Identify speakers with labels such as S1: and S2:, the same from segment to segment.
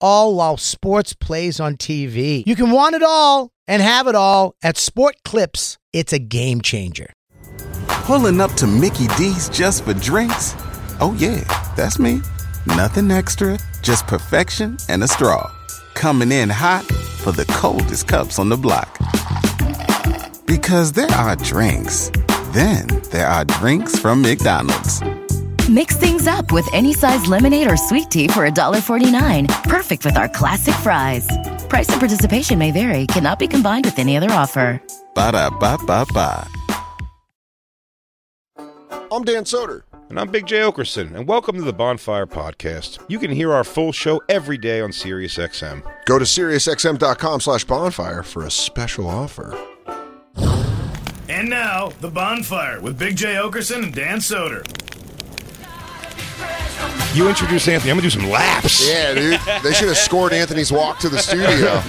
S1: all while sports plays on TV. You can want it all and have it all at Sport Clips. It's a game changer.
S2: Pulling up to Mickey D's just for drinks? Oh, yeah, that's me. Nothing extra, just perfection and a straw. Coming in hot for the coldest cups on the block. Because there are drinks, then there are drinks from McDonald's.
S3: Mix things up with any size lemonade or sweet tea for $1.49. Perfect with our classic fries. Price and participation may vary, cannot be combined with any other offer.
S2: Ba da ba ba ba.
S4: I'm Dan Soder.
S5: And I'm Big J. Okerson, and welcome to the Bonfire Podcast. You can hear our full show every day on SiriusXM.
S4: Go to SiriusXM.com slash bonfire for a special offer.
S6: And now, The Bonfire with Big J. Okerson and Dan Soder.
S5: You introduce Anthony. I'm gonna do some laps.
S4: Yeah, dude. They should have scored Anthony's walk to the studio.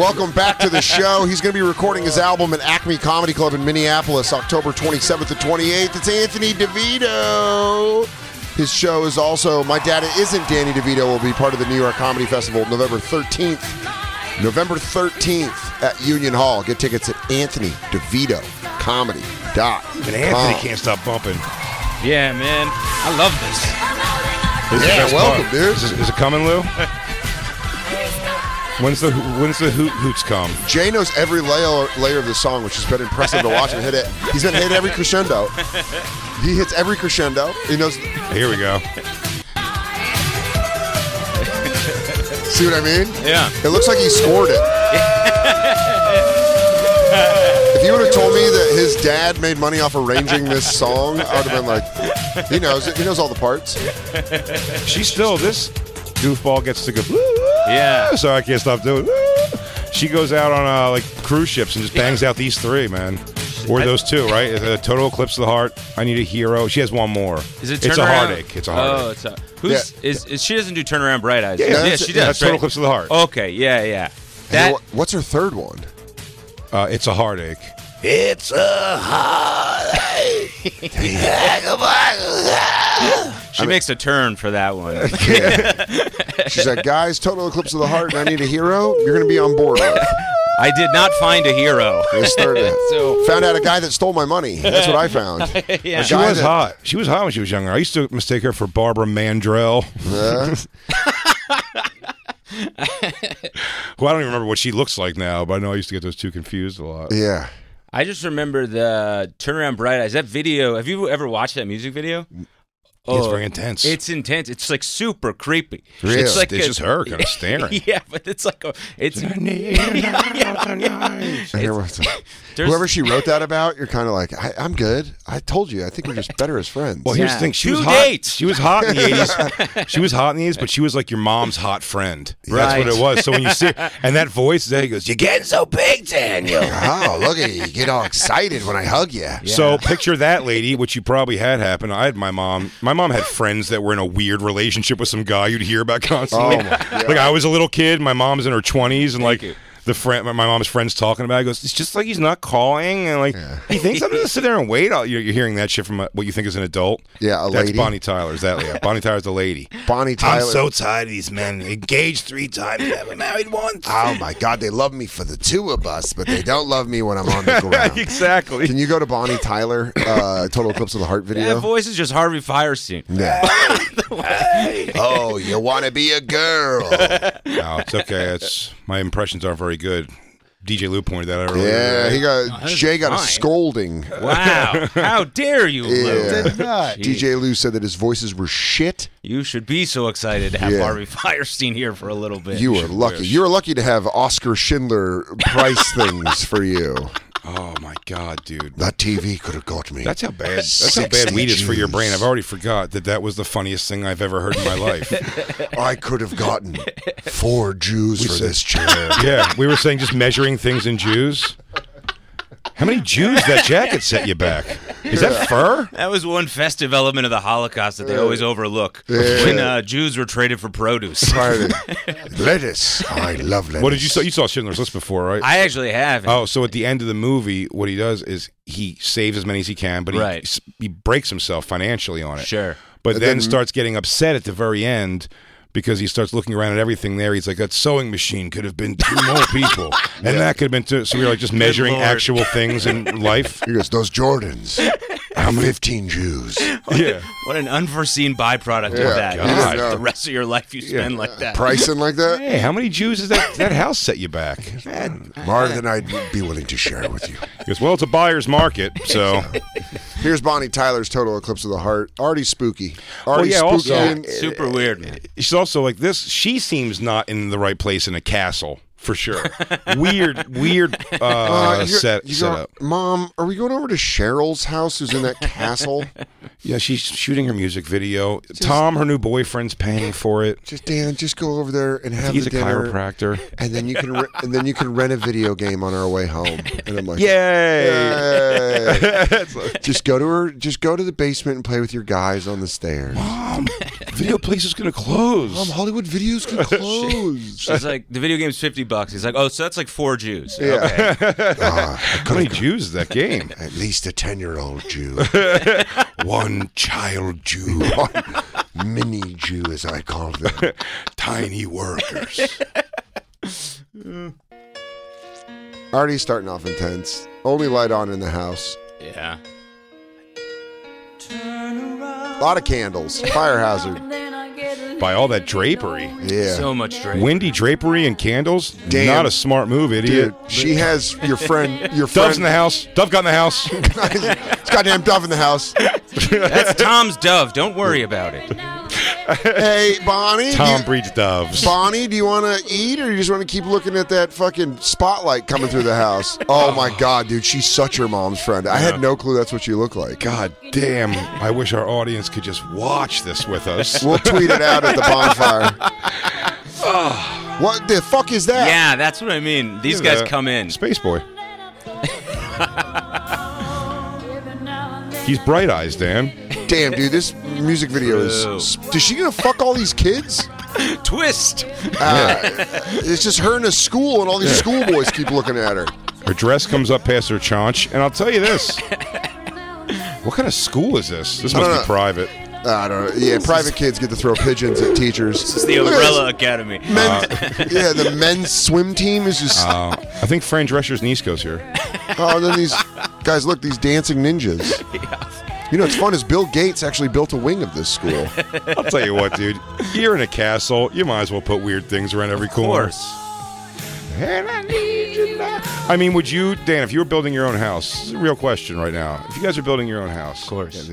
S4: Welcome back to the show. He's going to be recording his album at Acme Comedy Club in Minneapolis, October 27th to 28th. It's Anthony DeVito. His show is also My Dad Isn't Danny DeVito will be part of the New York Comedy Festival November 13th. November 13th at Union Hall. Get tickets at Anthony DeVito Comedy. Dot.
S5: And Anthony can't stop bumping.
S7: Yeah, man. I love this.
S5: This is
S4: Yeah,
S5: the best
S4: welcome,
S5: part.
S4: dude.
S5: Is, it- is it coming, Lou? when's the when's the hoot, hoots come?
S4: Jay knows every layer, layer of the song, which has been impressive to watch him hit it. He's been hit every crescendo. He hits every crescendo. He knows.
S5: Here we go.
S4: See what I mean?
S7: Yeah.
S4: It looks like he scored it. if you would have told me that his dad made money off arranging this song, I would have been like, he knows it. He knows all the parts.
S5: She still this goofball gets to go.
S7: Yeah.
S5: So I can't stop doing. She goes out on uh, like cruise ships and just bangs out these three, man. Or those two, right? Uh, Total Eclipse of the Heart. I need a hero. She has one more.
S7: Is it turnaround?
S5: It's a heartache. It's a heartache.
S7: Oh, it's a. Who's is, is she doesn't do turnaround bright eyes?
S5: Yeah,
S7: Oh, yeah,
S4: that's-
S7: she does.
S5: yeah, that's
S7: right? Oh.
S5: Total Eclipse of the Heart.
S7: Okay, yeah, yeah.
S4: And
S7: That
S4: then wha- what's her third one?
S5: Uh, it's a heartache.
S4: It's a heartache.
S7: she makes a turn for that one.
S4: She said, "Guys, total eclipse of the heart, and I need a hero. You're going to be on board." with it."
S7: I did not find a hero.
S4: They started.
S7: So-
S4: found out a guy that stole my money. That's what I found. yeah.
S5: She was hot. She was hot when she was younger. I used to mistake her for Barbara Mandrell, who I don't even remember what she looks like now, but I know I used to get those two confused a lot.
S4: yeah.
S7: I just remember the turnaround bright eyes. That video. Have you ever watched that music video?
S5: It's very intense.
S7: Oh, It's intense. It's like super creepy.
S4: Really?
S7: It's like
S5: It's
S7: a-
S5: just her kind of staring.
S7: Yeah, but it's like a. It's
S4: I hear
S7: It's-
S4: what's-
S7: there's-
S4: Whoever she wrote that about, you're kind of like, I, I'm good. I told you. I think we're just better as friends.
S5: Well, here's the
S7: Yeah.
S5: thing. She
S7: Two
S5: was
S7: dates.
S5: hot. She was hot in the '80s. she was hot in the '80s, but she was like your mom's hot friend.
S7: Right.
S5: That's what it was. So when you see, and that voice, there he goes, "You getting so big, Daniel."
S4: oh, look at you. You get all excited when I hug you.
S5: So picture that lady, which you probably had happen. I had my mom. My mom had friends that were in a weird relationship with some guy you'd hear about constantly.
S4: Oh, my God.
S5: like I was a little kid. My mom's in her twenties, and like. The friend, my my mom's friend's talking about. It, goes, it's just like he's not calling, and like he thinks I'm just sit there and wait. All you're, you're hearing that shit from a, what you think is an adult.
S4: Yeah, a
S5: that's
S4: lady.
S5: Bonnie Tyler's. That yeah, Bonnie Tyler's the lady.
S4: Bonnie Tyler.
S5: tired of these men. Engaged three times, never married once.
S4: oh, my God. They love me for the two of us, but they don't love me when I'm on the ground.
S5: exactly.
S4: Can you go to Bonnie Tyler, uh, Total Eclipse of the Heart
S7: that
S4: video?
S7: voice is just Harvey Firestein.
S4: Yeah. oh, you want to be a girl?
S5: No, it's okay. It's my impressions aren't very good. DJ Lou pointed that out earlier.
S4: Yeah, he got
S7: that is
S4: Jay got a
S7: fine.
S4: scolding.
S7: Wow! How dare you, Lou?
S4: Yeah. DJ Lou said that his voices were shit.
S7: You should be so excited to have
S4: Yeah.
S7: Harvey Firestein here for a little bit.
S4: You were lucky. You were lucky to have Oscar Schindler price things for you.
S5: Oh my god, dude.
S4: That TV could have got me.
S5: That's how bad. That's how bad weed is for your brain. I've already forgot that that was the funniest thing I've ever heard in my life.
S4: I could have gotten four Jews for
S5: said-
S4: this chair.
S5: yeah, we were saying just measuring things in Jews. How many Jews that jacket set you back? Is that fur?
S7: That was one festive element of the Holocaust that they always overlook when uh, Jews were traded for produce.
S4: Friday. lettuce. I love lettuce.
S5: What did you saw? You saw Schindler's List before, right?
S7: I actually have.
S5: Oh, so at the end of the movie, what he does is he saves as many as he can, but he,
S7: Right.
S5: s- he breaks himself financially on it.
S7: Sure.
S5: But then, starts getting upset at the very end because he starts looking around at everything there. He's like, that sewing machine could have been two more people. And that could have been two. So we were like just measuring
S7: Lord.
S5: actual things in life.
S4: He goes, those Jordans. I'm 15 Jews.
S5: yeah.
S7: What an unforeseen byproduct of that.
S5: God.
S7: Just The rest of your life you spend like that.
S4: Pricing like that?
S5: Hey, how many Jews is that, that house set you back? He
S4: More than I'd be willing to share with you.
S5: goes, well, it's a buyer's market, so.
S4: Here's Bonnie Tyler's Total Eclipse of the Heart. Already spooky. Already
S5: Oh, yeah,
S4: spooky.
S5: also-
S4: and-
S7: Super weird, man.
S5: She's also like this. She seems not in the right place in a castle for sure. weird, weird uh,
S4: Uh, you're-
S5: set
S4: you're-
S5: setup.
S4: Mom, are we going over to Cheryl's house who's in that castle?
S5: Yeah, she's shooting her music video. Tom, her new boyfriend's paying for it.
S4: Just Dan, just go over there and have
S5: He's
S4: the
S5: a
S4: dinner.
S5: chiropractor.
S4: and then you can re- and then you can rent a video game on our way home. And I'm like,
S5: Yay!
S4: Yay. just go to her. Just go to the basement and play with your guys on the stairs.
S5: Video place is gonna close.
S4: Mom, Hollywood videos can close.
S7: She's like, the video game's 50 bucks. He's like, oh, so that's like four Jews.
S4: Yeah. Ah,
S7: Okay.
S5: How many Jews is that game?
S4: At least a ten-year-old Jew,
S5: One child Jew,
S4: mini Jew as I call them.
S5: tiny workers.
S4: Already starting off intense. Only light on in the house.
S7: Yeah.
S4: A lot of candles. Fire hazard.
S5: By all that drapery,
S4: Yeah.
S7: So much drink.
S5: windy drapery and candles.
S4: Damn.
S5: Not a smart move, idiot.
S4: Dude, she has your friend. Your friend.
S5: Dove's in the house. uh, Dove got in the house.
S4: it's goddamn Dove in the house.
S7: That's Tom's dove. Don't worry about it.
S4: Hey, Bonnie. do
S5: Tom
S4: you-
S5: breeds doves.
S4: Bonnie, do you want to eat or you just want to keep looking at that fucking spotlight coming through the house? Oh my god, dude, she's such her mom's friend. I had no clue that's what you look like.
S5: God damn, I wish our audience could just watch this with us.
S4: We'll tweet it out at the bonfire. what the fuck is that?
S7: Oh. Yeah, that's what I mean. These guys come in.
S5: Space Boy. He's bright eyes, Dan.
S4: Damn, dude, this music video is. Is she gonna fuck all these kids?
S7: Twist.
S4: It's just her in a school, and all these schoolboys keep looking at her.
S5: Her dress comes up past her chaunch, and I'll tell you this. What kind of school is this? This must
S4: No, no.
S5: be private.
S4: I don't know. Yeah, private kids get to throw pigeons at teachers.
S7: This is the Umbrella Uh. Academy.
S4: Men, yeah, the men's swim team is just.
S7: Oh,
S5: Uh, I think Fran Drescher's niece goes here.
S4: Oh, and then these guys look, these dancing ninjas. You know, it's fun is Bill Gates actually built a wing of this school.
S5: I'll tell you what, dude. You're in a castle. You might as well put weird things around every
S7: Of
S5: corner.
S7: course.
S5: And I need you now. I mean, would you, Dan, if you were building your own house? This is a real question right now. If you guys are building your own house, of course.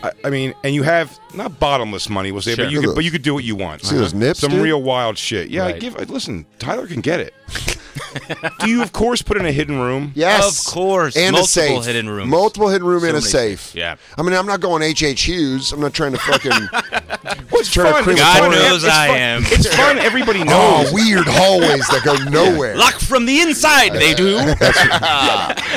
S5: I, I mean, and you have not bottomless money, we'll say, but
S4: Look
S5: you
S4: at
S5: could, but
S4: those-
S5: you could do what you want.
S4: see those nips,
S5: Some
S4: dude?
S5: real wild shit. Yeah,
S7: Right.
S5: give. Listen, Tyler can get it. do you, of course, put in a hidden room?
S4: Yes.
S7: Of course.
S4: And a
S7: Multiple
S4: safe.
S7: hidden rooms.
S4: Multiple hidden room and a
S7: many
S4: safe.
S7: safe- yeah.
S4: I mean, I'm not going H.H. Hughes. I'm not trying to fucking.
S5: What's
S4: Turn a
S5: fun?
S4: cream
S5: it's
S7: God
S5: fun-
S7: knows
S5: it's
S7: I
S5: fun-
S7: am.
S5: It's fun. Everybody knows.
S4: oh, weird hallways that go nowhere.
S7: Lock from the inside, they do.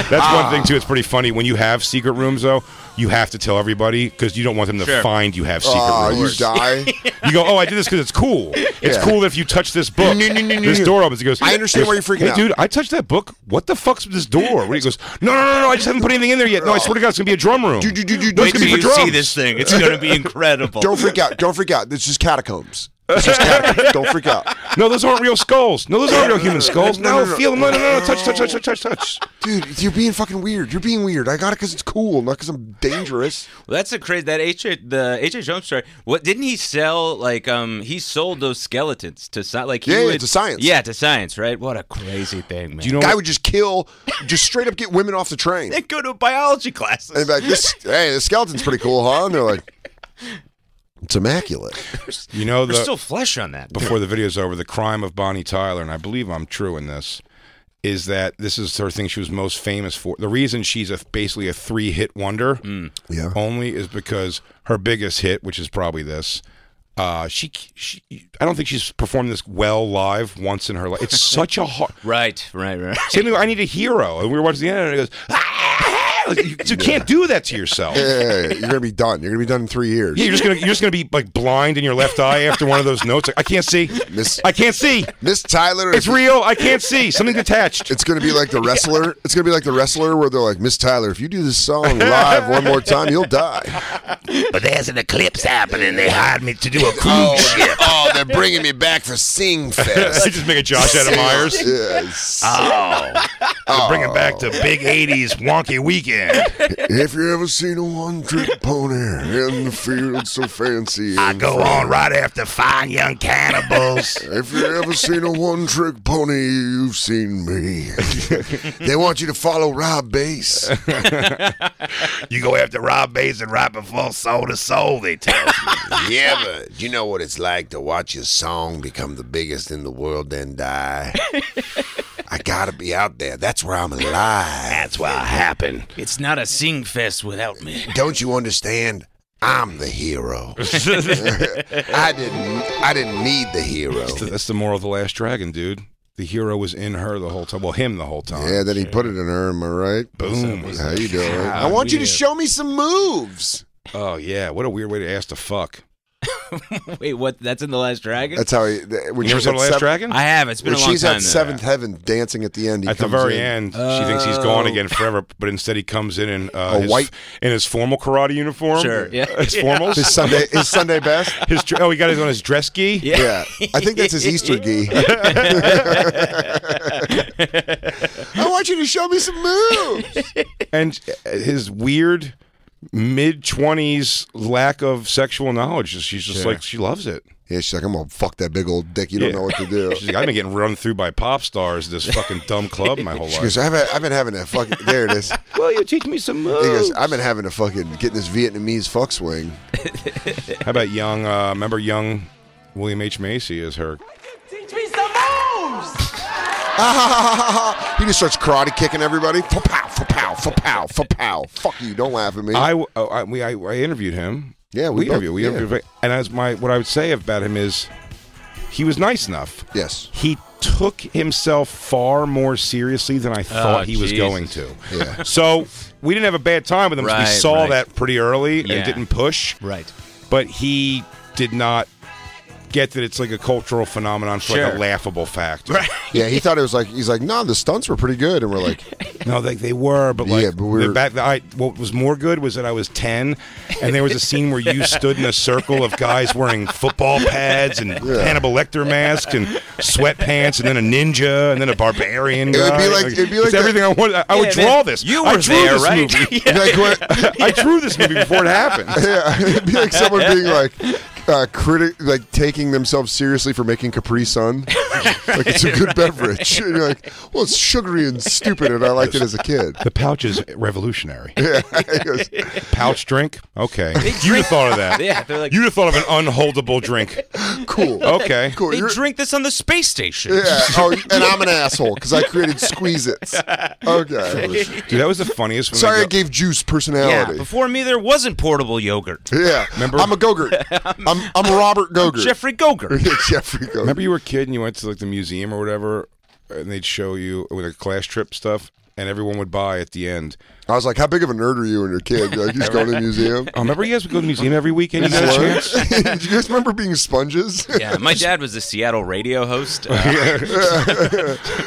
S5: That's one thing too. It's pretty funny when you have secret rooms, though. You have to tell everybody because you don't want them to
S7: Sure.
S5: find you have secret
S4: Ah, you
S5: rooms.
S4: die.
S5: You go, oh, I did this because it's cool. It's
S4: Yeah.
S5: cool that if you touch this book,
S4: No, no, no, no,
S5: this
S4: no.
S5: door opens. He goes,
S4: I understand
S5: he goes,
S4: why you're freaking
S5: hey,
S4: out."
S5: dude. I touched that book. What the fuck's with this door? He goes, no, no, no, no. I just haven't put anything in there yet. No, I swear to God, it's gonna be a drum room.
S4: Do, do, do, do,
S5: No, it's
S7: Wait
S5: gonna
S7: till
S5: be for
S7: you
S5: drums.
S7: see this thing. It's going to be incredible.
S4: Don't freak out. Don't freak out. This is catacombs. This is catacombs. Don't freak out.
S5: No, those aren't real skulls. No, those aren't real human skulls.
S4: No, no,
S5: No,
S4: no, no.
S5: feel them. No, no, no, no. Touch, touch, touch, touch, touch, touch.
S4: Dude, you're being fucking weird. You're being weird. I got it because it's cool, not because I'm dangerous.
S7: Well, that's a crazy that H the H H Holmes story. What didn't he sell? Like, um, he sold those skeletons to sci- like he
S4: Yeah, yeah,
S7: would-
S4: to science.
S7: Yeah, to science. Right? What a crazy thing, man.
S5: Do you know?
S4: Guy
S5: what-
S4: would just kill, just straight up get women off the train.
S7: They go to biology
S4: And
S7: classes.
S4: they're like, this, hey, the skeleton's pretty cool, huh? And they're like, it's immaculate.
S5: you know the
S7: There's still flesh on that.
S5: before the video's over, the crime of Bonnie Tyler, and I believe I'm true in this, is that this is her thing she was most famous for. The reason she's a basically a three hit wonder
S4: Yeah.
S5: only is because her biggest hit, which is probably this. Uh, she, she, I don't think she's performed this well live once in her life. It's such a hard.
S7: Right, right, right.
S5: Same thing. with I need a hero, and we were watching the internet, and it goes. "Ah!" Like, you, you can't do that to yourself.
S4: Yeah, yeah, yeah. you're gonna be done. You're gonna be done in three years.
S5: Yeah, you're just gonna you're just gonna be like blind in your left eye after one of those notes. Like, I can't see.
S4: Miss-
S5: I can't see.
S4: Miss Tyler,
S5: It's real. I can't see. Something detached.
S4: It's gonna be like the wrestler. It's gonna be like the wrestler where they're like, Miss Tyler, if you do this song live one more time, you'll die.
S8: But there's an eclipse happening. They hired me to do a cruise
S4: Oh,
S8: ship.
S4: oh, they're bringing me back for Sing Fest.
S5: I just make a Josh Adam Myers.
S4: Yes.
S8: Oh, I'll bring it back to Big 80s Wonky Weekend.
S4: If you ever seen a one-trick pony in the field so fancy,
S8: I
S4: and
S8: go
S4: fair.
S8: on right after Fine Young Cannibals.
S4: If you ever seen a one-trick pony, you've seen me. they want you to follow Rob Bass.
S8: You go after Rob Bass and right before Soul to Soul, they tell you.
S4: Yeah, but do you know what it's like to watch your song become the biggest in the world, then die? I gotta be out there. That's where I'm alive.
S8: That's what happened.
S7: It's not a sing fest without me.
S4: Don't you understand? I'm the hero. I didn't. I didn't need the hero.
S5: That's the moral of the Last Dragon, dude. The hero was in her the whole time. Well, him the whole time.
S4: Yeah, then he put it in her. Am I right?
S5: Boom.
S4: How you doing? I want you to show me some moves.
S5: Oh yeah. What a weird way to ask to fuck.
S7: Wait, what? That's in the Last Dragon.
S4: That's how he. th- When
S5: You never
S4: she's
S5: saw
S4: at
S5: the Last
S4: sev-
S5: Dragon?
S7: I have. It's been
S4: When
S7: a long
S4: she's
S7: time.
S4: at
S7: though.
S4: seventh heaven, dancing at the end, he
S5: At the
S4: comes
S5: very
S4: in.
S5: end, she thinks
S8: Oh.
S5: he's gone again forever, but instead he comes in in uh,
S4: A
S5: his,
S4: white-
S5: in his formal karate uniform.
S7: Sure, yeah.
S5: His formals.
S4: His Sunday, his Sunday best.
S5: His dr- oh, he got his on his dress gi.
S7: Yeah.
S4: Yeah, I think that's his Easter gi. I want you to show me some moves.
S5: and his weird mid twenties lack of sexual knowledge. She's just like she loves it.
S4: Yeah, she's like, I'm gonna fuck that big old dick. You don't
S5: Yeah.
S4: know what to do.
S5: She's like, I've been getting run through by pop stars at this fucking dumb club my whole
S4: She
S5: life.
S4: goes, I've, had- I've been having a fucking. There it is. He
S5: Will you teach me some
S7: uh,
S5: moves?
S4: goes, I've been having a fucking getting this Vietnamese fuck swing.
S5: How about young? Uh, remember young William H Macy is her.
S4: he just starts karate kicking everybody. Fa pow, fa pow, fa pow, fa pow. Fuck you! Don't laugh at me.
S5: I, oh, I we I, I interviewed him.
S4: Yeah, we
S5: we,
S4: both-
S5: interviewed. We
S4: yeah.
S5: interviewed. And as my what I would say about him is, he was nice enough.
S4: yes.
S5: he took himself far more seriously than
S4: Ah,
S5: I thought he was
S7: Jesus.
S5: going to.
S4: Yeah.
S5: So we didn't have a bad time with him. 'cause
S7: Right,
S5: we saw
S7: right.
S5: that pretty early
S7: Yeah.
S5: and didn't push.
S1: Right.
S5: But he did not get that it's like a cultural phenomenon for like a
S7: Sure.
S5: laughable factor. Right.
S4: Yeah, he thought it was like he's like, no, the stunts were pretty good, and we're like,
S5: No, they, they were, but like
S4: Yeah, but we're-
S5: the back, the, I, what was more good was that I was ten, and there was a scene where you stood in a circle of guys wearing football pads and Hannibal Lecter masks and sweatpants, and then a ninja, and then a barbarian.
S4: It would be
S5: guy.
S4: like- it'd be like
S5: it's
S4: that-
S5: everything I wanted. I, I would
S7: Yeah,
S5: draw
S7: man,
S5: this.
S7: you
S5: I
S7: were
S5: drew
S7: there,
S5: this
S7: right?
S5: movie.
S4: like what?
S5: I drew this movie before it happened.
S4: Yeah, it'd be like someone being like uh, critic, like taking themselves seriously for making Capri Sun. like it's a good beverage. And you're like, well, it's sugary and stupid, and I liked it as a kid.
S5: The pouch is revolutionary.
S4: He goes,
S5: Pouch drink? Okay. You'd have thought of that.
S7: Yeah, they're like-
S5: You'd have thought of an unholdable drink.
S4: cool.
S5: Okay.
S4: Cool.
S7: Oh, They
S4: You're-
S7: drink this on the space station.
S4: yeah. Oh, and I'm an asshole because I created squeeze its. Okay.
S5: Dude, that was the funniest one.
S4: Sorry, I
S5: Like,
S4: gave juice
S7: Yeah,
S4: personality.
S7: Before me, there wasn't portable yogurt.
S4: Yeah.
S5: Remember-
S4: I'm a Gogurt. I'm I'm Robert Gogurt.
S7: Jeffrey Gogurt.
S4: Yeah, Jeffrey Gogurt.
S5: Remember you were a kid and you went to like the museum or whatever, and they'd show you with a class trip stuff, and everyone would buy at the end.
S4: I was like, how big of a nerd are you when you're a kid? You're Like, you just go to the museum.
S5: Oh, remember you guys would go to the museum every weekend. You got a chance.
S4: Do you guys remember being sponges?
S7: Yeah, my dad was a Seattle radio host. Uh,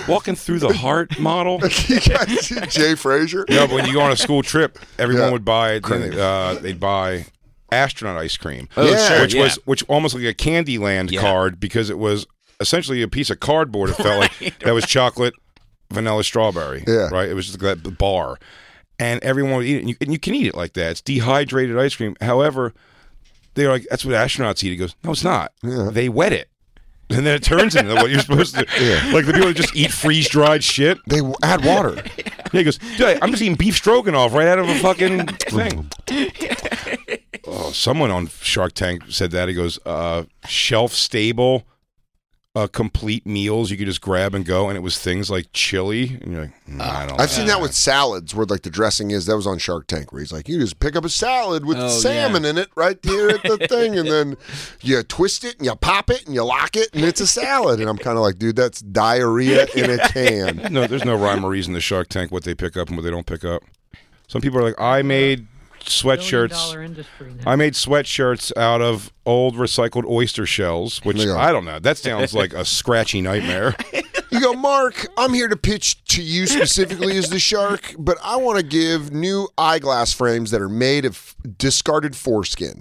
S5: Walking through the heart model.
S4: you guys see Jay Frazier?
S5: No, but when you go on a school trip, everyone
S4: Yeah.
S5: would buy. Then, uh, they'd buy astronaut ice cream,
S4: Yeah. sure,
S5: which was
S7: Oh, yeah.
S5: which almost like a Candyland
S7: Yeah.
S5: card because it was essentially a piece of cardboard. It felt like that was chocolate, vanilla, strawberry.
S4: Yeah.
S5: right. It was just like that bar, and everyone would eat it. And you, and you can eat it like that. It's dehydrated ice cream. However, they're like, "That's what astronauts eat." He goes, "No, it's not. They wet it." And then it turns into what you're supposed to, like the people that just eat freeze dried shit.
S4: They w- add water.
S5: Yeah, he goes, Dude, I'm just eating beef stroganoff right out of a fucking thing. oh, someone on Shark Tank said that. He goes, uh, shelf stable uh, complete meals you could just grab and go, and it was things like chili. And you're like, "Mm, I don't.
S4: I've seen
S5: like
S4: that with salads where like the dressing is. That was on Shark Tank where he's like, you just pick up a salad with
S7: Oh,
S4: salmon in it right there at the thing, and then you twist it and you pop it and you lock it, and it's a salad. And I'm kind of like, dude, that's diarrhea in a can.
S5: no, there's no rhyme or reason to Shark Tank what they pick up and what they don't pick up. Some people are like, I made
S9: dollar
S5: sweatshirts.
S9: industry now.
S5: I made sweatshirts out of old recycled oyster shells, which
S4: Yeah.
S5: I don't know. That sounds like a scratchy nightmare.
S4: You go, Mark. I'm here to pitch to you specifically as the shark, but I want to give new eyeglass frames that are made of discarded foreskin.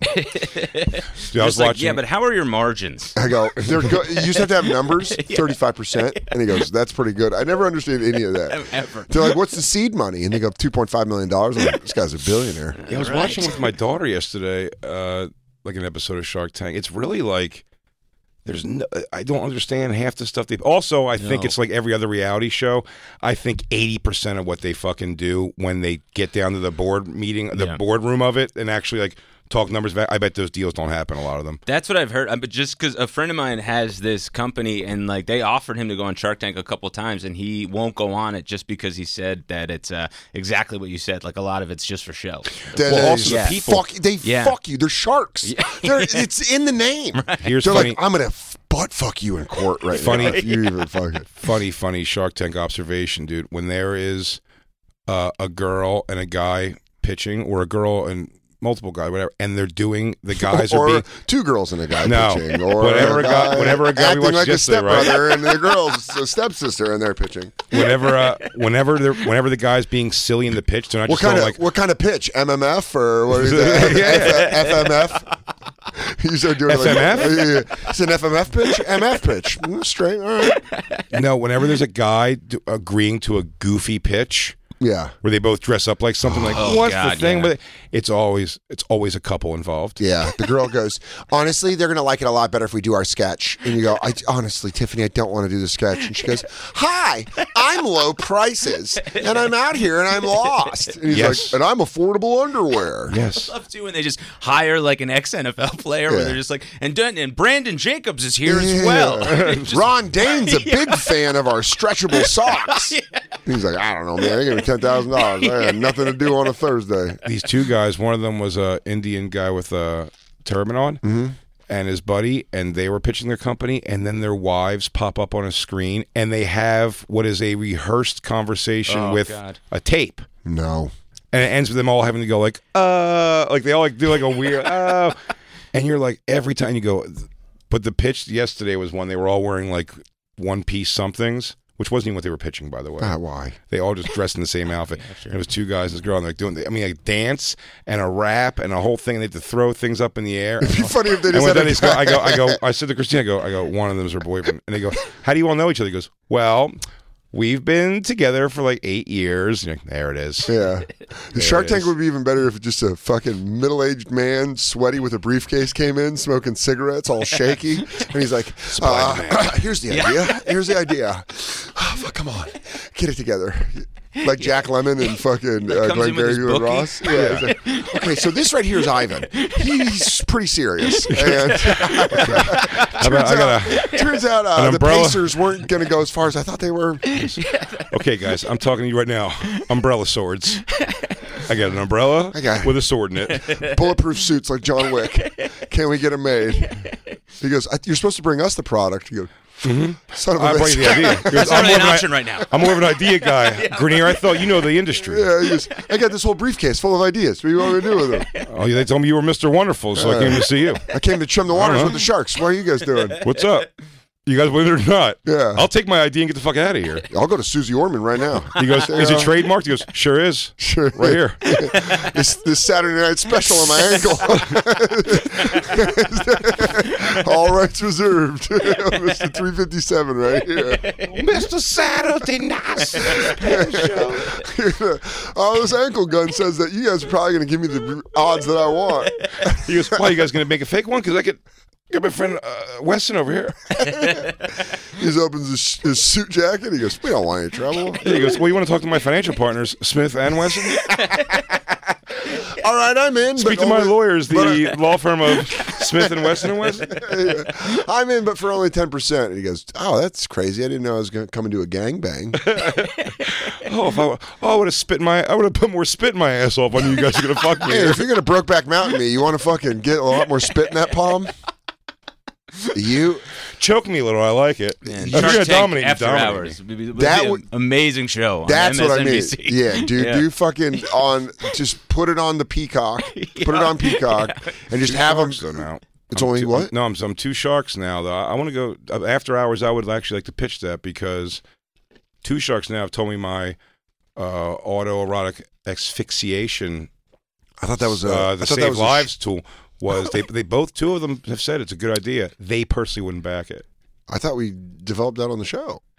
S5: Dude, I was
S7: Just like,
S5: watching.
S7: yeah, but how are your margins?
S4: I go, they're go- you just have to have numbers, thirty five percent, and he goes, that's pretty good. I never understood any of that.
S7: Ever.
S4: They're like, what's the seed money? And they go, two point five million dollars. I'm like, this guy's a billionaire.
S5: Yeah, I was watching with my daughter yesterday, uh, like an episode of Shark Tank. It's really like there's no, I don't understand half the stuff they. Also, I think it's like every other reality show. I think eighty percent of what they fucking do when they get down to the board meeting, the boardroom of it, and actually like talk numbers. back, I bet those deals don't happen. A lot of them.
S7: That's what I've heard. Uh, But just because a friend of mine has this company, and like they offered him to go on Shark Tank a couple times, and he won't go on it just because he said that it's uh, exactly what you said. Like a lot of it's just for show.
S4: Then
S5: Well,
S4: they
S5: also the
S4: just
S5: people-
S4: fuck, they
S7: Yeah.
S4: fuck you. They're sharks. They're, it's in the name.
S5: Here's
S4: They're
S5: funny.
S4: like, I'm gonna f- butt fuck you in court right
S5: Funny-
S4: now. if you even fuck it.
S5: funny, funny Shark Tank observation, dude. When there is uh, a girl and a guy pitching, or a girl and multiple guy, whatever, and they're doing the guys are
S4: or
S5: being
S4: two girls and a guy
S5: No.
S4: pitching, or
S5: Whatever a guy-
S4: guy
S5: whatever a guy we
S4: acting
S5: watched
S4: like a
S5: yesterday, right?
S4: stepbrother and the girl's a stepsister and they're pitching.
S5: whenever uh, whenever they're whenever the guy's being silly in the pitch, they're not
S4: What
S5: just
S4: kind
S5: going
S4: of
S5: like
S4: what kind of pitch? MMF or what is that? FMF. You start doing it
S5: FMF?
S4: Like, Yeah, yeah. it's an FMF pitch, MF pitch. Mm, straight, all right.
S5: no. Whenever there's a guy d- agreeing to a goofy pitch
S4: Yeah,
S5: where they both dress up like something, like what's the
S7: Oh, God,
S5: thing
S7: yeah.
S5: with it? It's always it's always a couple involved.
S4: yeah. The girl goes, honestly, they're gonna like it a lot better if we do our sketch. And you go, I, honestly, Tiffany, I don't want to do the sketch. And she goes, Hi, I'm low prices, and I'm out here, and I'm lost. And he's
S5: Yes.
S4: like, and I'm affordable underwear.
S5: Yes.
S7: Love to when they just hire like an ex NFL player,
S4: Yeah.
S7: where they're just like, and Dun- and Brandon Jacobs is here as well.
S4: Yeah.
S7: Just-
S4: Ron Dane's a big fan of our stretchable socks. He's like, I don't know, man. They gave me ten thousand dollars. I had nothing to do on a Thursday.
S5: These two guys, one of them was a Indian guy with a turban on. And his buddy, and they were pitching their company, and then their wives pop up on a screen, and they have what is a rehearsed conversation with
S7: God.
S5: a tape.
S4: No.
S5: and it ends with them all having to go like uh like they all like do like a weird uh and you're like every time you go but the pitch yesterday was one they were all wearing like one piece somethings which wasn't even what they were pitching by the way
S4: Ah, why?
S5: they all just dressed in the same outfit and it was two guys and this girl and they're doing i mean like dance and a rap and a whole thing and they had to throw things up in the air
S4: It'd be funny if they
S5: and
S4: just
S5: when
S4: had a
S5: Denny's go, I go, I go, I said to Christina, I go, I go, one of them is her boyfriend. And they go, how do you all know each other? He goes, well, we've been together for like eight years. And you're like, there it is.
S4: Yeah. The Shark
S5: it
S4: Tank
S5: is.
S4: would be even better if just a fucking middle aged man, sweaty with a briefcase, came in smoking cigarettes, all shaky. And he's like, uh, here's the idea. Here's the idea. Ah, fuck, come on. Get it together. Like Jack Lemon and fucking uh,
S7: comes
S4: Glenn
S7: in with his
S4: and
S7: bookie.
S4: Ross. Yeah. he's like, okay, so this right here is Ivan. He's pretty serious. And
S5: How about- I gotta-
S4: turns out uh,
S5: An
S4: the
S5: umbrella.
S4: Pacers weren't going to go as far as I thought they were.
S5: Okay, guys, I'm talking to you right now. Umbrella swords. I got an umbrella
S4: Okay.
S5: with a sword in it.
S4: bulletproof suits like John Wick. Can we get them made? He goes, I, "You're supposed to bring us the product." You go, "Son of a
S5: I brought you
S4: bitch."
S5: the idea. He goes,
S7: That's not
S5: more
S7: really an
S5: of an i-
S7: option right now.
S5: I'm more of an idea guy. Grenier, I thought you know the industry.
S4: Yeah, he goes, I got this whole briefcase full of ideas. What do you want me to do with them?
S5: Oh, they told me you were Mr. Wonderful, so I came to see you.
S4: I came to trim the waters
S5: Uh-huh.
S4: with the sharks. What are you guys doing?
S5: What's up? You guys with it or not?
S4: Yeah.
S5: I'll take my ID and get the fuck out of here.
S4: I'll go to Susie Orman right now.
S5: He goes, is it trademarked? He goes, sure is.
S4: Sure.
S5: Right here.
S4: this, this Saturday night special on my ankle. All rights reserved. Mr. 357 right here.
S5: Mr. Saturday night.
S4: oh, this ankle gun says that you guys are probably going to give me the odds that I want.
S5: He goes, why, you guys going to make a fake one? Because I could get my friend uh, Weston over here.
S4: He just opens his, his suit jacket. He goes, "We don't want any trouble."
S5: He goes, well, you want to talk to my financial partners, Smith and Wesson?
S4: All right, I'm in.
S5: Speak
S4: but
S5: to my
S4: only-
S5: lawyers,
S4: but, uh,
S5: the law firm of Smith and Wesson and Wesson.
S4: I'm in, but for only 10%. And he goes, Oh, that's crazy. I didn't know I was going to come into a gangbang.
S5: Oh, if I, oh, I would have spit my, I would have put more spit in my ass off when you guys are gonna fuck me.
S4: hey, if you're going to Brokeback Mountain me, you want to fucking get a lot more spit in that palm? You,
S5: Choke me a little, I like it.
S7: Man,
S5: if
S7: Shark
S5: you're gonna
S7: Tank
S5: dominate, you
S7: after
S5: dominate
S7: hours.
S5: me.
S7: Would be- would
S4: That
S7: be an
S4: would-
S7: amazing show.
S4: that's
S7: on
S4: what I mean.
S7: MSNBC.
S4: Yeah, dude,
S7: Yeah.
S4: you fucking on, just put it on the peacock, put it on peacock, and just have them.
S5: So now,
S4: It's
S5: I'm
S4: only
S5: two-
S4: what?
S5: No, I'm, I'm two sharks now. Though I, want to go uh, after hours. I would actually like to pitch that because two sharks now have told me my uh, autoerotic asphyxiation.
S4: I thought that was a,
S5: uh,
S4: I
S5: the
S4: thought
S5: Save
S4: that was a sh-
S5: Lives tool. Was they? They both two of them have said it's a good idea. They personally wouldn't back it.
S4: I thought we developed that on the show.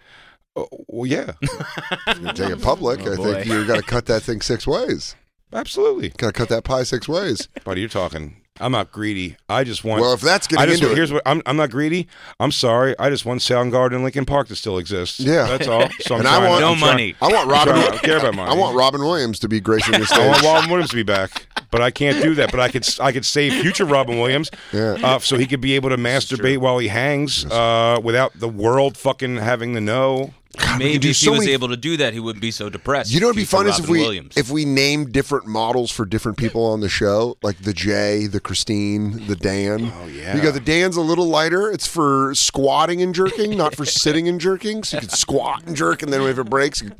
S5: Oh, well, yeah,
S4: You take it public.
S7: Oh,
S4: I
S7: boy.
S4: think you got to cut that thing six ways.
S5: absolutely.
S4: Got to cut that pie six ways.
S5: Buddy, you're talking. I'm not greedy. I just want.
S4: Well, if that's getting
S5: I just,
S4: into it.
S5: here's what I'm. I'm not greedy. I'm sorry. I just want Soundgarden in Lincoln Park to still exist.
S4: Yeah.
S5: that's all. So I'm
S4: And I
S5: trying,
S4: want-
S7: No
S5: I'm trying-
S7: money.
S4: I want Robin.
S5: Sorry, I don't care about money.
S4: I want Robin Williams to be gracing the
S5: I
S4: stage.
S5: want Robin Williams to be back, but I can't do that. But I could I could save future Robin Williams,
S4: Yeah.
S5: uh, so he could be able to masturbate while he hangs, uh, without the world fucking having to know.
S4: could do
S7: Maybe if
S4: so
S7: he was
S4: many-
S7: able to do that, he wouldn't be so depressed.
S4: you know what'd be
S7: Future
S4: fun is if
S7: Robin
S4: we
S7: Williams.
S4: if we named different models for different people on the show, like the Jay, the Christine, the Dan. Oh
S5: yeah.
S4: You go the Dan's a little lighter. It's for squatting and jerking, not for sitting and jerking. So you could squat and jerk, and then if it breaks, you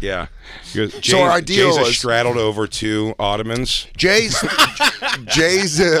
S5: Yeah. Because Jay's,
S4: our ideal
S5: Jay's a
S4: is-
S5: straddled over two ottomans.
S4: Jay's Jay's uh,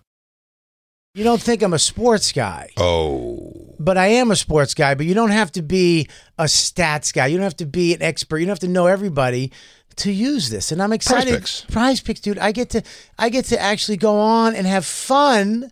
S1: You don't think I'm a sports guy,
S5: Oh.
S1: but I am a sports guy. But you don't have to be a stats guy. You don't have to be an expert. You don't have to know everybody to use this. And I'm excited.
S5: Picks.
S1: Prize picks, dude. I get to I get to actually go on and have fun.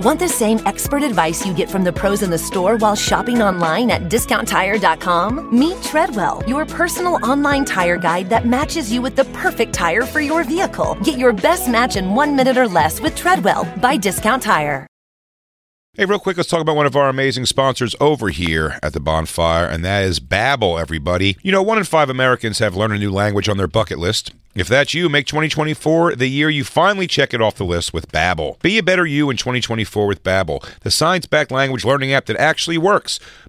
S9: Want the same expert advice you get from the pros in the store while shopping online at discounttire.com? Meet Treadwell, your personal online tire guide that matches you with the perfect tire for your vehicle. Get your best match in one minute or less with Treadwell by Discount Tire.
S5: Hey, real quick, let's talk about one of our amazing sponsors over here at the bonfire, and that is Babbel, everybody. You know, one in five Americans have learned a new language on their bucket list. If that's you, make 2024 the year you finally check it off the list with Babbel. Be a better you in 2024 with Babbel, the science-backed language learning app that actually works.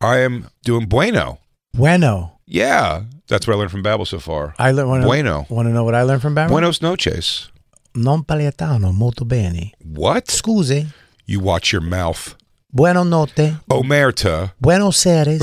S5: I am doing bueno.
S1: Bueno.
S5: Yeah, that's what I learned from Babbel so far.
S1: I learned. Wanna,
S5: bueno.
S1: Want to know what I learned from Barry?
S5: Buenos noches.
S1: Non paletano molto bene.
S5: What?
S1: Scusi.
S5: You watch your mouth.
S1: Buenos notte.
S5: Omerta,
S1: Buenos Aires.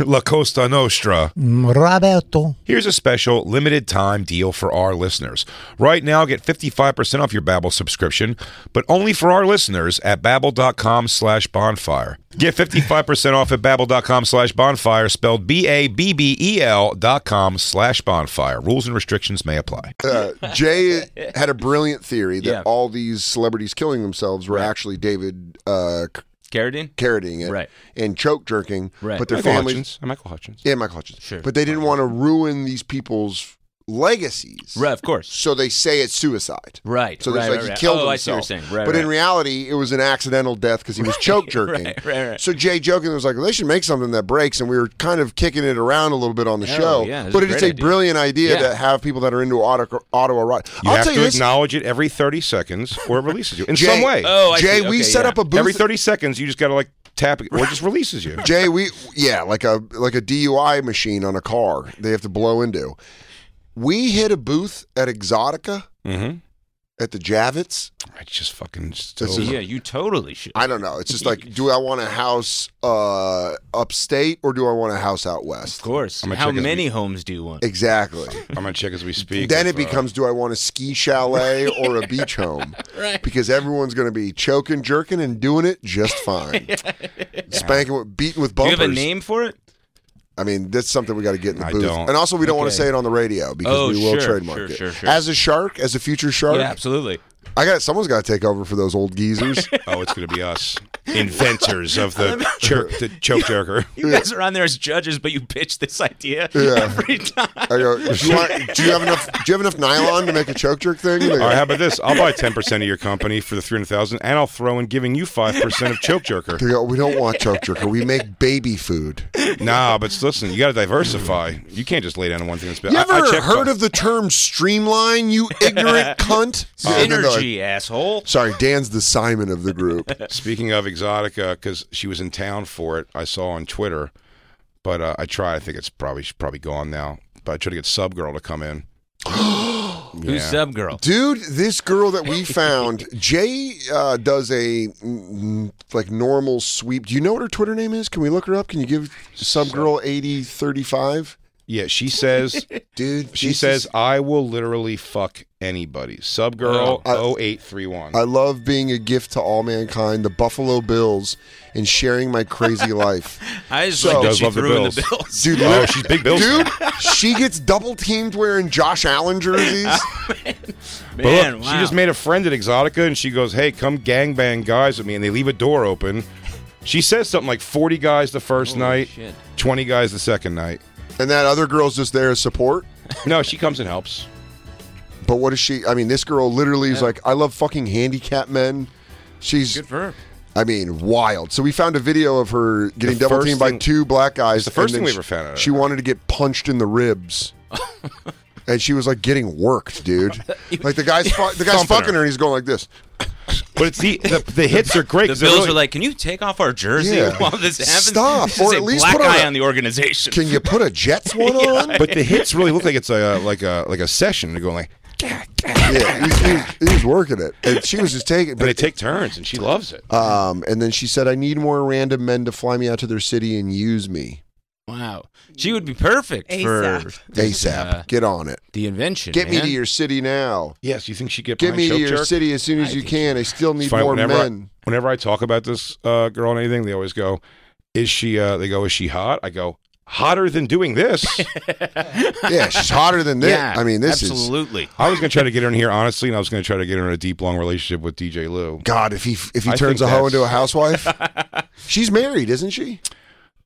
S5: La Costa Nostra.
S1: mm, Roberto.
S5: Here's a special limited time deal for our listeners. Right now, get 55% off your Babbel subscription, but only for our listeners at babbel.com slash bonfire. Get 55% off at babbel.com slash bonfire, spelled B-A-B-B-E-L E dot com slash bonfire. Rules and restrictions may apply.
S4: Uh, Jay had a brilliant theory that
S7: Yeah.
S4: all these celebrities killing themselves were actually David uh, c-
S7: Carradine?
S4: parodying it
S7: Right.
S4: and choke jerking,
S7: Right.
S4: but their
S5: Michael
S4: families
S5: Hutchins. Michael Hutchins.
S4: Yeah, Michael Hutchins.
S7: Sure.
S4: But they didn't want to ruin these people's legacies.
S7: Right, of course.
S4: So they say it's suicide.
S7: Right.
S4: So
S7: right,
S4: there's like
S7: right,
S4: he
S7: right.
S4: killed himself.
S7: oh, I see what you're saying. Right,
S4: but
S7: right.
S4: in reality, it was an accidental death because he was choke jerking.
S7: right, right, right.
S4: So Jay jokingly was like, well, "They should make something that breaks," and we were kind of kicking it around a little bit on the
S7: Oh,
S4: show.
S7: yeah, that's
S4: but
S7: a
S4: it's a
S7: great idea.
S4: brilliant idea
S7: Yeah.
S4: to have people that are into auto auto erotic.
S5: You
S4: I'll
S5: have
S4: tell
S5: to
S4: you this,
S5: acknowledge it every 30 seconds or it releases you in
S4: Jay,
S5: some way.
S7: Oh, I
S4: Jay,
S7: see.
S4: we
S7: Okay,
S4: set
S7: yeah.
S4: up a booth
S5: every 30 seconds, you just got to like tap it or it just releases you.
S4: Jay, we yeah, like a like a DUI machine on a car they have to blow into. We hit a booth at Exotica
S5: Mm-hmm.
S4: at the Javits.
S5: I just fucking
S4: This
S5: still.
S4: is-
S7: yeah, you totally should.
S4: I don't know. It's just like, do I want a house uh, upstate or do I want a house out
S7: of
S4: west?
S7: course.
S5: I'm gonna
S7: How
S5: check his-
S7: many homes do you want?
S4: Exactly.
S5: I'm gonna check as we speak.
S4: Then
S5: if,
S4: it
S5: uh,
S4: becomes, do I want a ski chalet or a beach home? right. Because everyone's going to be choking, jerking, and doing it just fine. Spanking, with, beating with
S7: do you
S4: bumpers.
S7: have a name for it?
S4: I mean, that's something we got to get in the
S5: I
S4: booth.
S5: don't.
S4: And also, we don't want to
S7: Okay.
S4: say it on the radio because
S7: Oh,
S4: we will
S7: sure,
S4: trademark
S7: sure,
S4: it.
S7: sure, sure.
S4: As a shark, as a future shark,
S7: Yeah, absolutely.
S4: I got someone's got to take over for those old geezers.
S5: oh, it's gonna be us, inventors of the jerk, the choke jerker.
S7: You guys are on there as judges, but you pitch this idea every time.
S4: I go, do you, want, do you have enough? Do you have enough nylon to make a choke jerk thing? They go,
S5: All right, how about this? I'll buy 10 percent of your company for the 300,000, and I'll throw in giving you five percent of choke jerker.
S4: They go, we don't want choke jerker. We make baby food.
S5: Nah, but listen, you gotta diversify. You can't just lay down on one thing. That's
S4: You ever heard of the term streamline? You ignorant cunt. And then they're like,
S7: Energy, asshole.
S4: Sorry, Dan's the Simon of the group.
S5: Speaking of Exotica, because she was in town for it, I saw on Twitter, but uh, I tried. I think it's probably she's probably gone now. But I tried to get Sub Girl to come in.
S7: Who's
S5: Yeah.
S7: sub girl?
S4: Dude, this girl that we found, Jay uh, does a mm, like normal sweep. Do you know what her Twitter name is? Can we look her up? Can you give some girl eighty thirty five?
S5: Yeah, she says
S4: Dude,
S5: She
S4: this is-
S5: says, "I will literally fuck anybody." oh Subgirl
S4: I-
S5: 0831.
S4: I love being a gift to all mankind, the Buffalo Bills, and sharing my crazy life.
S7: I just
S4: So-
S7: like that
S4: Does
S7: she
S5: love the
S7: threw in the
S5: Bills.
S7: bills.
S4: Dude,
S5: oh,
S4: lit-
S5: she's big Bills. fan.
S4: dude, she gets double teamed wearing Josh Allen jerseys.
S5: But look,
S7: Man, wow.
S5: she just made a friend at Exotica, and she goes, "Hey, come gangbang guys with me," and they leave a door open. She says something like 40 guys the first
S7: Holy
S5: night,
S7: shit.
S5: 20 guys the second night.
S4: And that other girl's just there as support.
S5: No, she comes and helps.
S4: But what is she? I mean, this girl literally is like, I love fucking handicap men. She's
S7: Good for her.
S4: I mean, wild. So we found a video of her getting
S5: The
S4: double
S5: first
S4: teamed by
S5: thing-
S4: two black guys.
S5: the first
S4: and then
S5: thing we
S4: she-
S5: ever found out.
S4: She wanted to get punched in the ribs. And she was like getting worked, dude. Like the guy's fu- the guy's
S5: Thumping
S4: fucking her.
S5: her.
S4: and he's going like this.
S5: But it's the the, the hits are great.
S7: The
S5: 'cause they're
S7: Bills
S5: really-
S7: are like, can you take off our jersey
S4: Yeah.
S7: while this happens?
S4: Stop,
S7: This
S4: or
S7: is
S4: at
S7: a
S4: least
S7: black
S4: put on
S7: eye
S4: a-
S7: on the organization.
S4: Can you put a Jets one on?
S5: but the hits really look like it's a like a like a session. They're going like,
S4: yeah, he's, he's, he's working it, and she was just taking.
S5: And they
S4: But
S5: take turns, and she loves it.
S4: um, and then she said, "I need more random men to fly me out to their city and use me
S7: Wow, she would be perfect for
S10: ASAP.
S7: this,
S4: ASAP.
S7: uh,
S4: Get on it.
S7: the invention.
S4: Get me
S7: man.
S4: to your city now.
S5: yes, you think she get
S4: Get
S5: behind
S4: me to
S5: Show
S4: your
S5: Jerk?
S4: city as soon as you can. I still need
S5: It's funny,
S4: more
S5: whenever I-
S4: men."
S5: whenever I talk about this uh, girl and anything, they always go, "Is she?" Uh, they go, "Is she hot?" I go, "Hotter than doing this."
S4: yeah, she's hotter than this.
S7: Yeah,
S4: I mean, this is
S7: absolutely.
S5: I was gonna try to get her in here honestly, and I was gonna try to get her in a deep, long relationship with DJ Lou.
S4: God. If he if he
S5: I
S4: turns a
S5: think
S4: hoe into a
S5: that's-
S4: housewife, she's married, isn't she?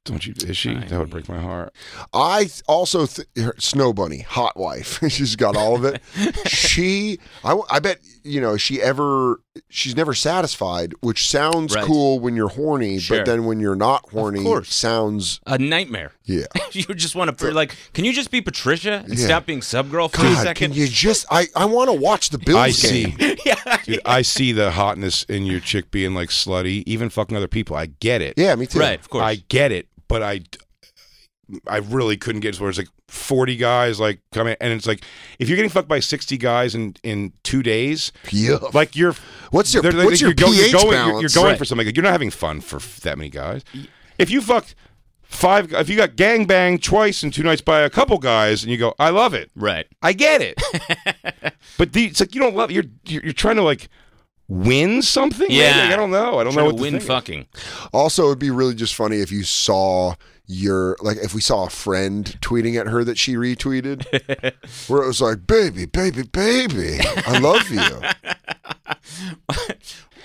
S5: Don't you? Is she? That would break my heart.
S4: I th- also th- her, Snow Bunny, hot wife. she's got all of it. she, I, w- I bet you know she ever she's never satisfied, which sounds
S7: Right.
S4: cool when you're horny,
S7: Sure.
S4: but then when you're not horny,
S7: course.
S4: sounds
S7: A nightmare.
S4: yeah.
S7: you just want to like. Can you just be Patricia and
S4: Yeah.
S7: stop being sub girl for a
S4: God, can
S7: second?
S4: you just? I I want to watch the Bills
S5: I
S4: game.
S5: see. Dude, I see the hotness in your chick being like slutty, even fucking other people. I get it.
S4: Yeah, me too.
S7: right, of course.
S5: I get it, but I, I really couldn't get it. Where it's like forty guys like come in, and it's like if you're getting fucked by sixty guys in in two days,
S4: Yeah.
S5: like you're
S4: What's your-
S5: they're- they're-
S4: what's your
S5: you're going, you're
S4: pH
S5: going, you're-
S4: balance?
S5: You're, going
S7: Right.
S5: for something. You're not having fun for f- that many guys. If you fucked five, if you got gang banged twice in two nights by a couple guys, and you go, I love it,
S7: right.
S5: I get it. but the, it's like you don't love you're you're, you're trying to like win something. maybe?
S7: Yeah.
S5: Like, I don't know. I don't
S7: Trying
S5: know
S7: to
S5: what
S7: win
S5: to think.
S7: fucking.
S4: Also, it'd be really just funny if you saw your like if we saw a friend tweeting at her that she retweeted, where it was like, "Baby, baby, baby, I love you."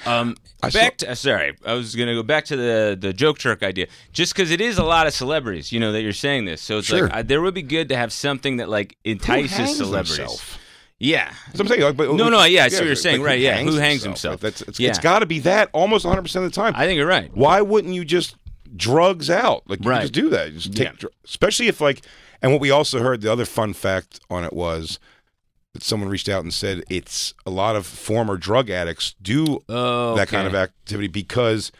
S7: Um, back to uh, sorry, I was gonna go back to the the joke jerk idea, just because it is a lot of celebrities, you know, that you're saying this. So it's
S4: Sure.
S7: like I, there would be good to have something that like entices
S5: hangs
S7: celebrities.
S5: himself?
S7: Yeah,
S5: That's what I'm saying. Like, but,
S7: No, no, yeah, I see what you're saying, right,
S5: who
S7: yeah, who hangs himself.
S5: Like, that's, it's,
S7: Yeah.
S5: it's got to be that almost 100 percent of the time.
S7: I think you're right.
S5: Why wouldn't you just drugs out? Like you
S7: Right.
S5: could just do that. You Just take,
S7: Yeah.
S5: dr- especially if like, and what we also heard the other fun fact on it was that someone reached out and said it's a lot of former drug addicts do
S7: Oh,
S5: that kind of
S7: okay.
S5: activity because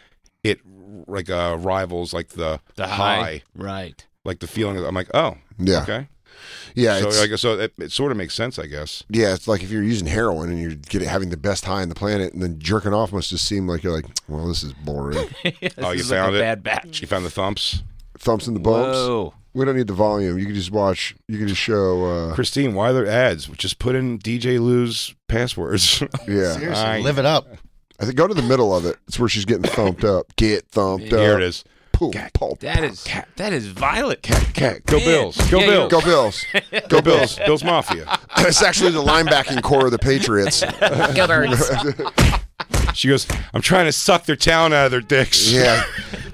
S5: it like uh, rivals like the,
S7: the high, right?
S5: like the feeling. Of, I'm like, oh,
S4: Yeah.
S5: okay.
S4: Yeah,
S5: so
S4: it's,
S5: I guess so. It, it sort of makes sense, I guess.
S4: yeah, it's like if you're using heroin and you're getting having the best high on the planet, and then jerking off must just seem like you're like, well, this is boring.
S7: This
S5: oh, you
S7: is
S5: found
S7: like
S5: it.
S7: a Bad batch.
S5: You found the thumps.
S4: Thumps in the bumps.
S7: Whoa.
S4: We don't need the volume. You can just watch. You can just show. Uh,
S5: Christine, why are there ads? Just put in DJ Lou's passwords.
S4: yeah,
S1: Seriously,
S5: I-
S1: live it up.
S4: I think go to the middle of it. It's where she's getting thumped up. Get thumped up.
S5: Here it is.
S4: Poof, pulp.
S7: That is that is violent.
S5: Okay, go
S7: Man.
S5: Bills. Go
S7: Yeah, you're-
S5: Bills.
S4: Go Bills.
S5: Go Bills. Bills Mafia.
S4: it's actually the linebacking core of the Patriots.
S10: Go birds.
S5: She goes, I'm trying to suck their talent out of their dicks.
S4: Yeah.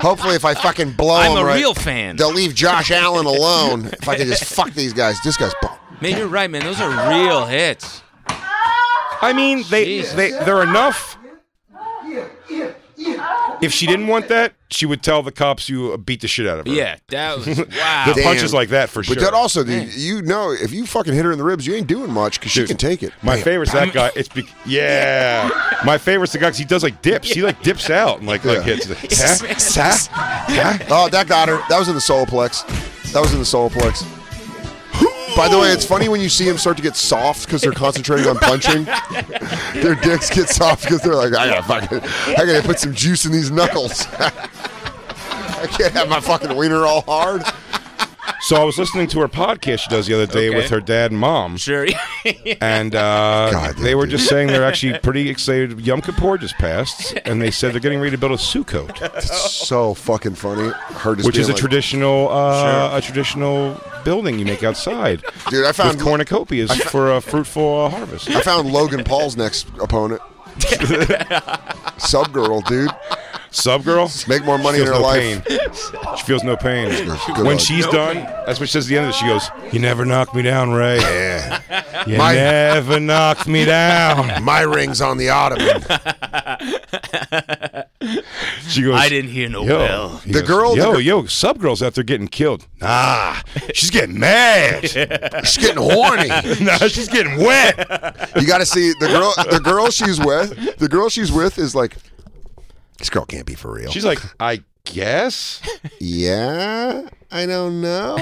S4: Hopefully, if I fucking blow
S7: I'm
S4: them
S7: a
S4: right,
S7: real fan.
S4: they'll leave Josh Allen alone. If I can just fuck these guys, this guy's bum.
S7: Man, you're right, man. Those are real hits.
S5: I mean, they,
S7: Jesus.
S5: they they're enough. If she didn't want that, she would tell the cops you beat the shit out of her.
S7: Yeah, that was wow.
S5: The punches like that for sure.
S4: But that also, dude, you know, if you fucking hit her in the ribs, you ain't doing much because she
S5: Dude,
S4: can take it.
S5: My
S4: Bam.
S5: favorite's that guy. It's be- yeah. My favorite's the guy 'cause he does like dips. He like dips out and like like hits. Like, huh?
S4: Oh, that got her. That was in the soulplex. That was in the soulplex. By the way, it's funny when you see them start to get soft because they're concentrating on punching. Their dicks get soft because they're like, I gotta fucking, I gotta put some juice in these knuckles. I can't have my fucking wiener all hard.
S5: So I was listening to her podcast she does the other day
S7: Okay.
S5: with her dad and mom.
S7: sure.
S5: and uh,
S4: God,
S5: they were
S4: dude.
S5: just saying they're actually pretty excited. Yom Kippur just passed, and they said they're getting ready to build a sukkot,
S4: so fucking funny. Her just
S5: which is a
S4: being like,
S5: traditional uh, a traditional building you make outside
S4: Dude, I found
S5: with cornucopias for a fruitful uh, harvest.
S4: I found Logan Paul's next opponent. Subgirl, dude,
S5: Sub girl,
S4: make more money
S5: she
S4: in
S5: feels
S4: her
S5: no
S4: life.
S5: pain. She feels no pain.
S4: Good
S5: when
S4: luck.
S5: she's done, that's what she says at the end of it. She goes, "You never knocked me down, Ray.
S4: Yeah.
S5: You
S4: My-
S5: never knocked me down."
S4: My ring's on the ottoman.
S5: She goes,
S7: I didn't hear no
S5: Yo,
S7: bell.
S5: He
S4: The girl-
S5: yo,
S4: the gir-
S5: yo, sub girls out there getting killed. Nah, she's getting mad.
S4: She's getting horny.
S5: nah, she's getting wet.
S4: You got to see the girl. The girl she's with. The girl she's with is like, this girl can't be for real.
S5: She's like, I guess.
S4: Yeah, I don't know.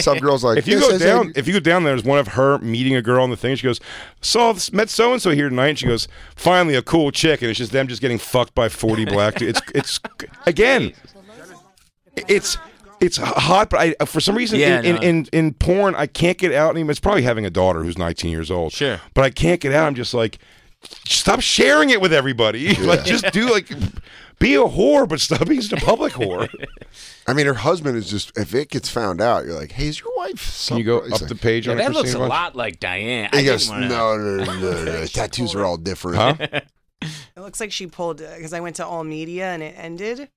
S4: Some girls like
S5: If you
S4: "This
S5: go
S4: isn't-
S5: down, if you go down, there's one of her meeting a girl on the thing. She goes, "Saw this, met so and so here tonight." And she goes, "Finally, a cool chick," and it's just them just getting fucked by forty black dudes. It's it's again, it's it's hot, but I, uh, for some reason in,
S7: Yeah,
S5: in,
S7: no.
S5: in in porn I can't get out anymore. It's probably having a daughter who's 19 years old.
S7: Sure.
S5: but I can't get out. I'm just like, stop sharing it with everybody. like just do like. Be a whore, but stop being such a public whore.
S4: I mean, her husband is just. If it gets found out, you're like, "Hey, is your wife?"
S5: Can you go
S4: someplace?"
S5: up
S4: He's
S5: the
S4: like-
S5: page
S7: Yeah,
S5: on it,
S7: that looks a
S5: Christina?
S7: lot like Diane. I
S4: He
S7: didn't
S4: goes,
S7: wanna-
S4: "No, no, no, no, no. tattoos are all different."
S10: It looks like she pulled because I went to all media and it ended.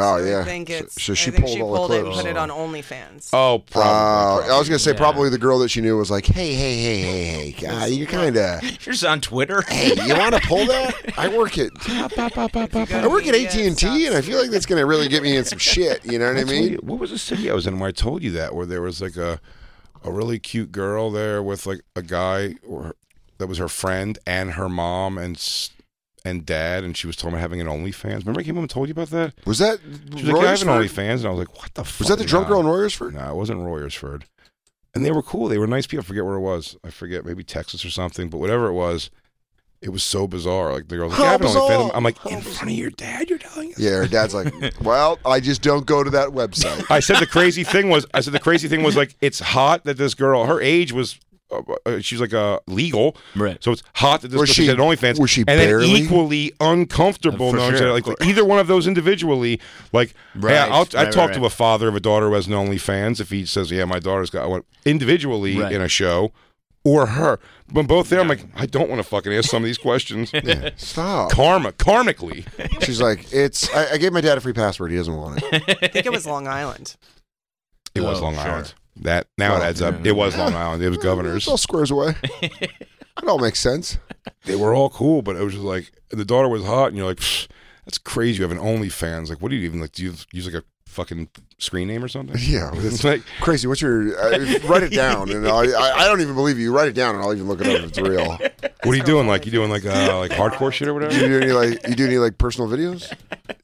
S4: Oh
S10: So
S4: yeah.
S10: I think it's.
S4: so, so she
S10: I think
S4: pulled
S10: she
S4: all
S10: pulled
S4: the
S10: it and
S4: clips.
S10: put it on OnlyFans.
S5: Oh, probably.
S4: Uh, I
S5: probably.
S4: was gonna say
S7: yeah.
S4: probably the girl that she knew was like, "Hey, hey, hey, hey, hey, uh, you're kind of."
S7: You're just on Twitter.
S4: Hey, you want to pull that? I work at I work at AT and T, and I feel like that's gonna really get me in some shit. You know what I
S5: That's
S4: mean?
S5: what you- what was the city I was in where I told you that, where there was like a a really cute girl there with like a guy or that was her friend and her mom and s- and dad, and she was talking about having an OnlyFans. Remember I came home and told you about that?
S4: Was that
S5: She was like, yeah, I have an
S4: Royersford?
S5: OnlyFans, and I was like, what the fuck?
S4: Was that the drunk girl in Royersford?
S5: No, it wasn't Royersford. And they were cool. They were nice people. I forget where it was. I forget, maybe Texas or something, but whatever it was, it was so bizarre. Like the girl's like,
S4: How
S5: yeah, I have an OnlyFans.
S4: bizarre.
S5: I'm like,
S4: How
S5: in front of your dad, you're telling us?
S4: Yeah, her dad's like, "Well, I just don't go to that website."
S5: I said the crazy thing was, I said the crazy thing was like, it's hot that this girl, her age was, uh, uh, she's like uh, legal,
S7: Right.
S5: So it's hot that this
S4: Was
S5: person
S4: she-
S5: had OnlyFans.
S4: was she
S5: and
S4: barely?
S5: then equally uncomfortable
S7: For
S5: knowing
S7: sure,
S5: that,
S7: of
S5: like, either one of those individually, like,
S7: Right,
S5: yeah, I'll, I
S7: right,
S5: talk
S7: right,
S5: to
S7: right.
S5: a father of a daughter who has an OnlyFans if he says, yeah, my daughter's got one individually
S7: Right.
S5: in a show, or her. When both there, I'm like, I don't want to fucking ask some of these questions. Uh,
S4: Stop.
S5: Karma, karmically.
S4: She's like, "It's." I, I gave my dad a free password. He doesn't want it.
S10: I think it was Long Island.
S5: It was
S7: Oh,
S5: Long
S7: sure.
S5: Island. That now it
S4: Well,
S5: adds up. It was Long Island. It was
S4: It
S5: Governors.
S4: all squares away. It all makes sense.
S5: they were all cool, but it was just like the daughter was hot, and you're like, "Psh, that's crazy. You have an OnlyFans. Like, what do you even like? Do you use like a fucking screen name or something?
S4: Yeah,
S5: it's like
S4: Crazy. What's your? Uh, write it down, and I, I, I don't even believe you. Write it down, and I'll even look it up if it's real.
S5: what are you doing? Like, you doing like uh, like hardcore shit or
S4: Do you do
S5: whatever?
S4: any like? You do any like personal videos?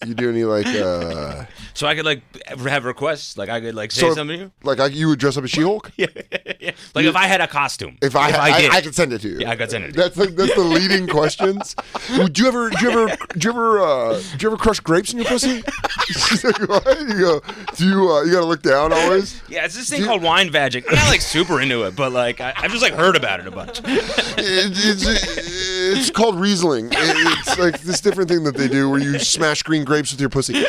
S4: You do any like? uh
S7: So I could like have requests. Like I could like say
S4: so-
S7: something to you.
S4: Like I, you would dress up as She-Hulk.
S7: Like if I had a costume.
S4: If I, I,
S7: did.
S4: I, could send it to you.
S7: Yeah, I could send it to
S4: That's like that's the leading questions. Would you ever, do you ever, do you ever, uh, do you ever crush grapes in your pussy? She's like, what? You go, do you, uh, you gotta look down always?
S7: yeah, it's this thing called wine vagic. I'm not like super into it, but like I, I've just like heard about it a bunch.
S4: It, it's, it's called Riesling. It- it's like this different thing that they do where you smash green grapes with your pussy.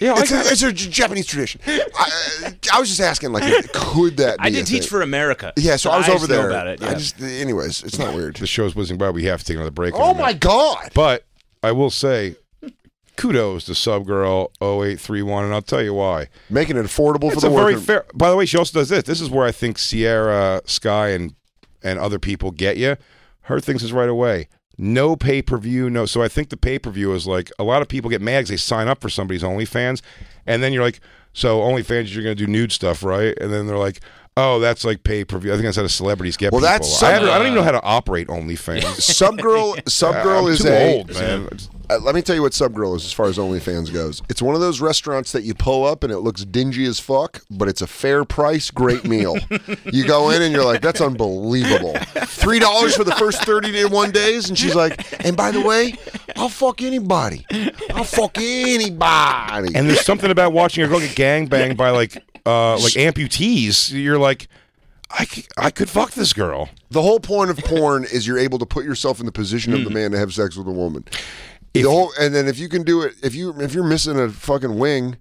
S5: Yeah, I
S4: It's a,
S5: got,
S4: it's a J- Japanese tradition. I, I was just asking, like, could that? Be
S7: I did
S4: a
S7: teach
S4: thing?
S7: for America.
S4: Yeah, so I was
S7: just
S4: over there.
S7: Know about it.
S4: I
S7: yeah.
S4: just, anyways, it's not weird.
S5: the show's whizzing by. We have to take another break. in a
S4: Oh
S5: minute.
S4: my god!
S5: But I will say, kudos to oh Subgirl 0831, and I'll tell you why.
S4: Making it affordable for
S5: It's
S4: the
S5: a very
S4: worker.
S5: fair. By the way, she also does this. This is where I think Sierra Sky and and other people get you. Her thing says right away. No pay per view, no. So I think the pay per view is like a lot of people get mad because they sign up for somebody's OnlyFans, and then you're like, so OnlyFans, you're gonna do nude stuff, right? And then they're like, oh, that's like pay per view. I think that's how the celebrities get.
S4: Well,
S5: people.
S4: that's uh,
S5: I, haven't-
S4: some-
S5: I don't even know how to operate OnlyFans.
S4: Subgirl, Subgirl
S5: I'm
S4: is
S5: too
S4: a.
S5: old, man.
S4: Uh, let me tell you what Subgirl is as far as OnlyFans goes. It's one of those restaurants that you pull up and it looks dingy as fuck, but it's a fair price, great meal. you go in and you're like, that's unbelievable. Three dollars for the first thirty to one days, and she's like, and by the way, I'll fuck anybody. I'll fuck anybody.
S5: And there's something about watching a girl get gangbanged by like uh like amputees. You're like, I c- I could fuck this girl.
S4: the whole point of porn is you're able to put yourself in the position
S5: Hmm.
S4: of the man to have sex with a woman. The whole- and then if you can do it, if you if you're missing a fucking wing,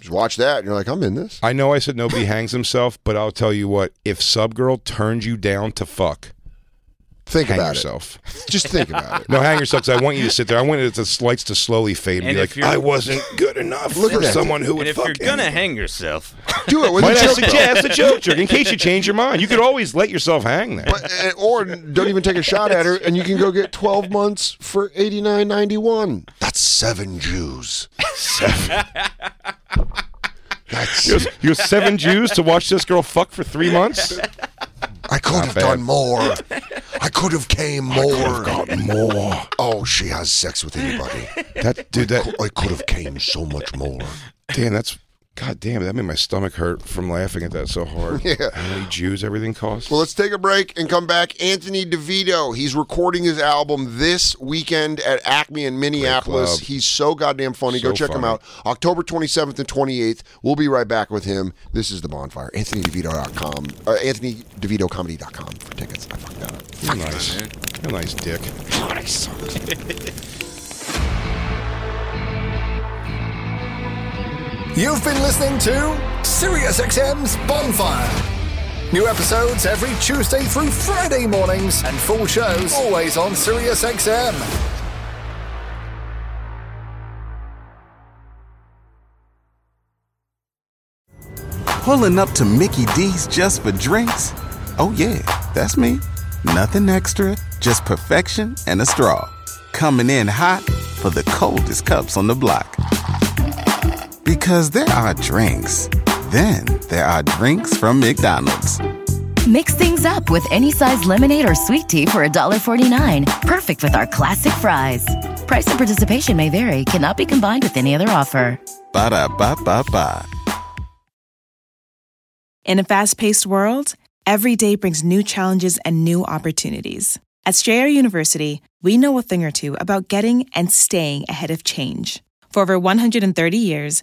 S4: just watch that, and you're like, I'm in this.
S5: I know I said nobody hangs himself, but I'll tell you what: if Subgirl turns you down to fuck,
S4: Think
S5: hang
S4: about
S5: yourself.
S4: it. Just think about it.
S5: No, hang yourself. 'cause I want you to sit there. I want it to lights to slowly fade and,
S7: And
S5: be
S7: if
S5: like,
S7: you're-
S5: I wasn't good enough
S4: Look at
S5: for
S4: that.
S5: someone who would
S7: and if
S5: fuck
S7: you're gonna
S5: anybody."
S7: hang yourself,
S4: Do it with
S5: Might
S4: a
S5: I
S4: joke,
S5: suggest a joke, jerk, in case you change your mind? You could always let yourself hang there.
S4: though. But- eh, or don't even take a shot at her, and you can go get 12 months for 89.91. That's seven Jews.
S5: you was- you was seven Jews to watch this girl fuck for three months.
S4: I could
S5: Not
S4: have
S5: bad.
S4: done more. I I could have came more.
S5: got more.
S4: Oh, she has sex with anybody.
S5: That dude, that
S4: I could have came so much more.
S5: damn, that's god damn, that made my stomach hurt from laughing at that so hard.
S4: Yeah.
S5: How many Jews everything costs?
S4: Well, let's take a break and come back. Anthony DeVito, he's recording his album this weekend at Acme in Minneapolis.
S5: club.
S4: He's so goddamn funny. Go
S5: So
S4: check him
S5: funny.
S4: out. October 27th and 28th. We'll be right back with him. This is The Bonfire. AnthonyDeVito.com. Uh, AnthonyDeVitoComedy.com for tickets. I fucked that up.
S5: You're nice. You're a nice dick.
S4: God, I suck.
S11: You've been listening to SiriusXM's Bonfire. New episodes every Tuesday through Friday mornings, and full shows always on SiriusXM.
S2: Pulling up to Mickey D's just for drinks? Oh, yeah, that's me. Nothing extra, just perfection and a straw. Coming in hot for the coldest cups on the block. Because there are drinks, then there are drinks from McDonald's.
S3: Mix things up with any size lemonade or sweet tea for $1.49. Perfect with our classic fries. Price and participation may vary, cannot be combined with any other offer.
S2: Ba da ba ba ba.
S12: In a fast paced world, every day brings new challenges and new opportunities. At Strayer University, we know a thing or two about getting and staying ahead of change. For over 130 years,